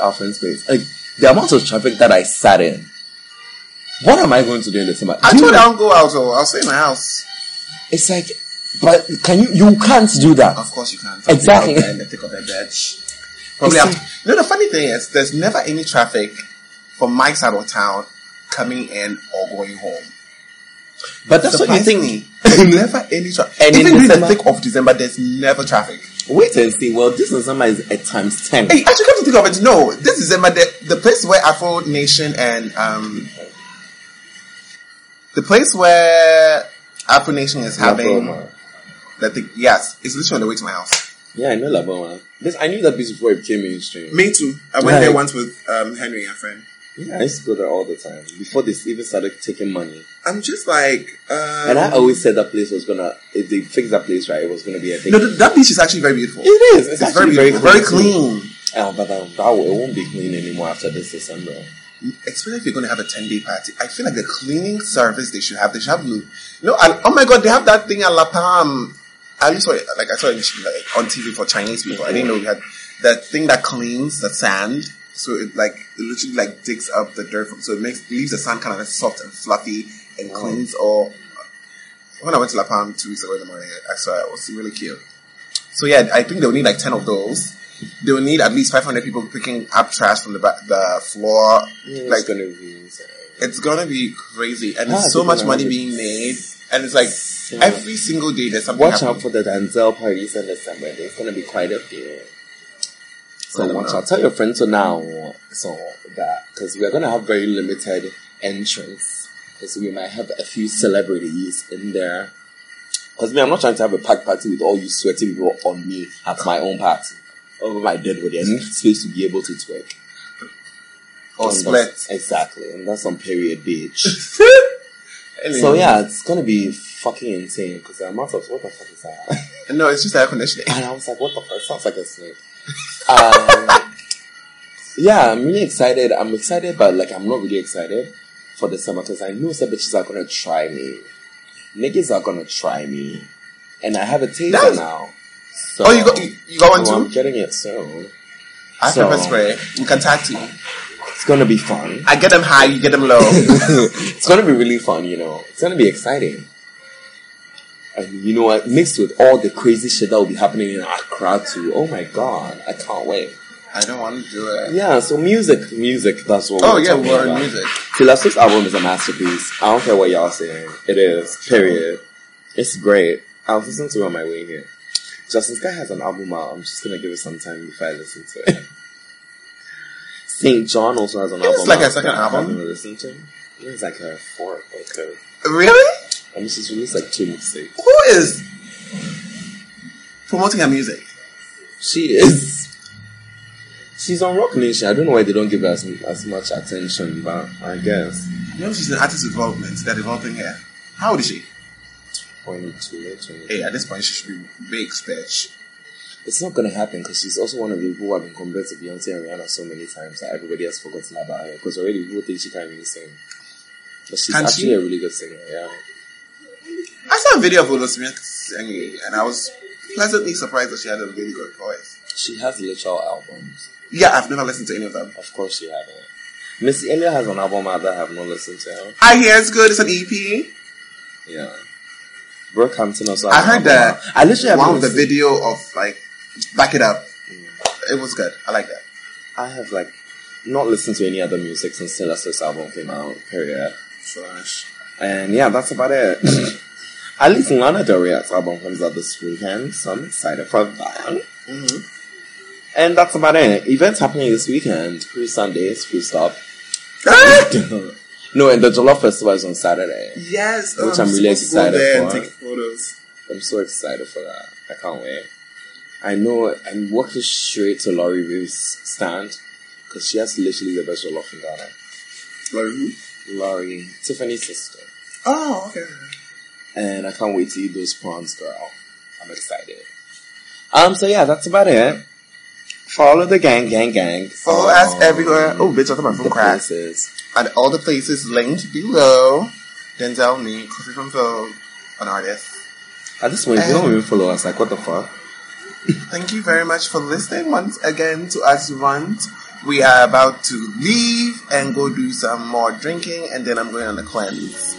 S4: our friend's place. Like, the amount of traffic that I sat in. What am I going to do in the summer?
S3: I
S4: Do you
S3: told her
S4: know-
S3: I don't go out, so I'll stay in my house.
S4: It's like, but can you? You can't do that.
S3: Of course you can.
S4: Exactly.
S3: Out there in the thick of it, bitch. Probably after. You know, the funny thing is, there's never any traffic from my side of town coming in or going home.
S4: But that's what you think.
S3: Surprisingly, There's never any traffic.
S4: And in
S3: Even during the
S4: December-
S3: thick of December, there's never traffic.
S4: Wait and see. Well, this December is a times ten.
S3: Hey, actually, come to think of it, no, this is December, the, the place where Afro Nation and um, the place where Afro Nation is having
S4: Laboma.
S3: that thing. Yes, it's literally on the way to my house.
S4: Yeah, I know Laboma. This I knew that piece before it became mainstream.
S3: Me too. I went there
S4: Right.
S3: once with um, Henry, a friend.
S4: Yeah, I used to go there all the time before this even started taking money.
S3: I'm just like, um,
S4: and I always said that place was gonna if they fix that place right, it was gonna be a big.
S3: no, th- that beach is actually very beautiful.
S4: it is. It's,
S3: It's, very
S4: actually very
S3: beautiful, very clean.
S4: Oh, but um, that will- it won't be clean anymore after this December.
S3: Especially if you're going to have a 10 day party. I feel like the cleaning service they should have, they should have blue. No, and, oh my god, they have that thing at La Palm. I only saw it, like, I saw it like, on TV for Chinese people. I didn't know we had that thing that cleans the sand. So it like, it literally like digs up the dirt. From, so it makes, leaves the sand kind of soft and fluffy
S4: Oh.
S3: and cleans all. When I went to La Palm two weeks ago in the morning, I saw it. It was really cute. So yeah, I think they'll need like 10 of those. They'll need at least 500 people picking up trash from the back, the floor.
S4: It's
S3: like,
S4: gonna be insane.
S3: it's gonna be crazy, and
S4: Ah,
S3: there's so
S4: they're
S3: much
S4: gonna
S3: money
S4: have it.
S3: being made, and it's like every single day there's something.
S4: Watch out
S3: happening.
S4: for the Denzel parties in December. There's gonna be quite a few. So
S3: I don't
S4: watch
S3: know.
S4: out. Tell your friends so now so that because we're gonna have very limited entrance. Because we might have a few celebrities in there. Because me, I'm not trying to have a packed party with all you sweaty people on me at my own party. Over my dead body. I need space to be able to twerk.
S3: or
S4: And
S3: split.
S4: that's- Exactly. And that's on period, bitch.
S3: Anyway.
S4: So yeah, it's gonna be fucking insane because the amount of what the fuck is that?
S3: no, it's just air conditioning.
S4: And I was like, what the fuck? It sounds like a snake. Um, yeah, I'm really excited. I'm excited, but like I'm not really excited for the summer because I know some bitches are gonna try me. Niggas are gonna try me, and I have a taser
S3: That's-
S4: now. So,
S3: Oh, you got you, you got
S4: so
S3: one
S4: I'm
S3: too.
S4: getting it soon.
S3: I
S4: so-
S3: pepper spray. We can tag team.
S4: It's gonna be fun.
S3: I get them high, you get them low.
S4: it's gonna be really fun, you know. It's gonna be exciting. And you know what? Mixed with all the crazy shit that will be happening in Accra too. Oh my god, I can't wait.
S3: I don't want to do it.
S4: Yeah, so music, music, that's what
S3: Oh
S4: we're
S3: yeah,
S4: talking
S3: we're in
S4: about.
S3: music.
S4: Taylor Swift's album is a masterpiece. I don't care what y'all saying. It is, period. It's great. I was listening to it on my way here. Justin Sky has an album out. I'm just gonna give it some time before I listen to it. St. John also has an
S3: It's
S4: album.
S3: like her
S4: out
S3: second
S4: that I
S3: album.
S4: haven't listened to. It's like her fourth or third.
S3: Really?
S4: I mean, she's released like two mixtapes.
S3: Who is promoting her music?
S4: She is. She's on Rock Nation. I don't know why they don't give her as, as much attention, but I guess.
S3: You know she's an artist development. They're developing her. How old is she?
S4: 22, 23.
S3: Hey, at this point she should be big, bitch.
S4: It's not gonna happen because she's also one of the people who have been compared to Beyonce and Rihanna so many times that everybody has forgotten about her because already people think she can't really sing. But she's
S3: Can't
S4: actually
S3: she?
S4: a really good singer, yeah.
S3: I saw a video of Willow Smith singing, and I was pleasantly surprised that she had a really good voice.
S4: She has literal albums.
S3: Yeah, I've never listened to any of them.
S4: Of course she hasn't. Missy Elliott has an album out that I have not listened to.
S3: I hear it's good. It's an E EP.
S4: Yeah. Brockhampton also has
S3: I
S4: an
S3: heard
S4: album
S3: that
S4: out. I literally haven't
S3: One of the
S4: listened-
S3: video of like back it up. It was good. I like that.
S4: I have like not listened to any other music since Taylor Swift's album came out. Period.
S3: Slash.
S4: And yeah, that's about it. At least Lana Del Rey's album comes out this weekend, so I'm excited for that.
S3: Mhm.
S4: And that's about it. Events happening this weekend: free Sundays, free stop. no, and the Jollof Festival is on Saturday.
S3: Yes,
S4: Which
S3: um,
S4: I'm really
S3: supposed to go
S4: excited
S3: there and
S4: for.
S3: take photos.
S4: I'm so excited for that. I can't wait. I know I'm walking straight to Laurie Reeves' stand because she has literally the best Jollof in Ghana.
S3: Like, who?
S4: Laurie, Tiffany's sister.
S3: oh, okay.
S4: and I can't wait to eat those prawns, girl. I'm excited. Um, so yeah, that's about it. Follow the gang, gang, gang.
S3: Follow
S4: Um,
S3: us Oh, everywhere. Oh, bitch, I thought my phone
S4: the
S3: cracked.
S4: places.
S3: At all the places linked below. Denzel, me, Coffee from Phil, an artist.
S4: At this point, if you
S3: Um,
S4: don't even follow us. Like, what the fuck?
S3: Thank you very much for listening once again to us rant. We are about to leave and go do some more drinking, and then I'm going on a cleanse.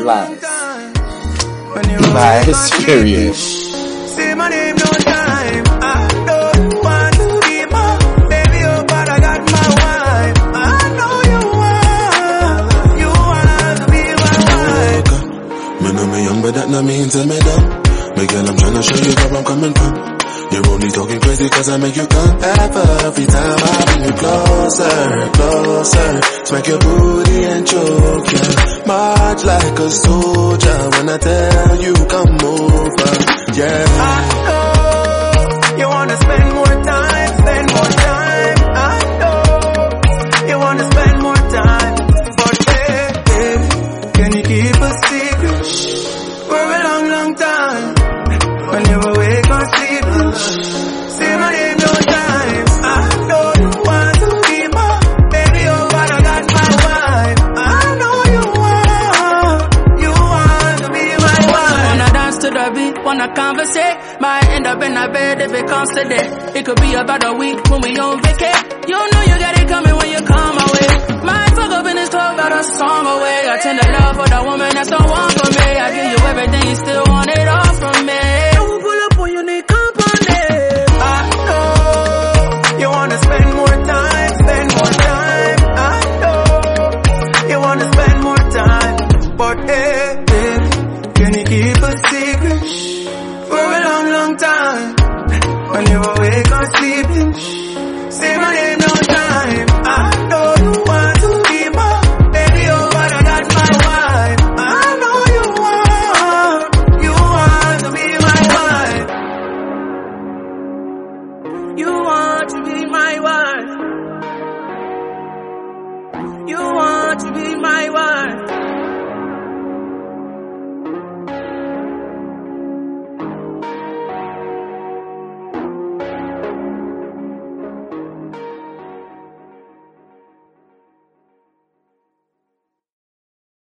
S4: Lies.
S1: Lies.
S4: Lies, period.
S1: Say my name no time. I don't want to be my baby, oh, but I got my wife. I know you want, you want to be my wife.
S2: Me know me young, but that no means I'm me dumb. Me girl, I'm tryna show you where I'm coming from. You You're only talking crazy cause I make you come back every time I bring you closer, closer. Smack your booty and choke ya. March like a soldier when I tell you come over. Yeah.
S1: I know you wanna spend more time, spend more time. I know you wanna spend more time, but hey, baby, can you keep a secret for a long, long time? When you awake or sleeping, say my name no time. I know you want to be my baby, oh, but I got my wife. I know you want, you want to be my wife.
S6: Wanna dance to the beat, wanna conversate. Might end up in a bed if it comes to that. It could be about a week when we on vacay. You know you got it coming when you come my way. Might fuck up in this club, got a song away. I tend to love for the woman that's the one for me. I give you everything, you still want it all from me.
S1: oh,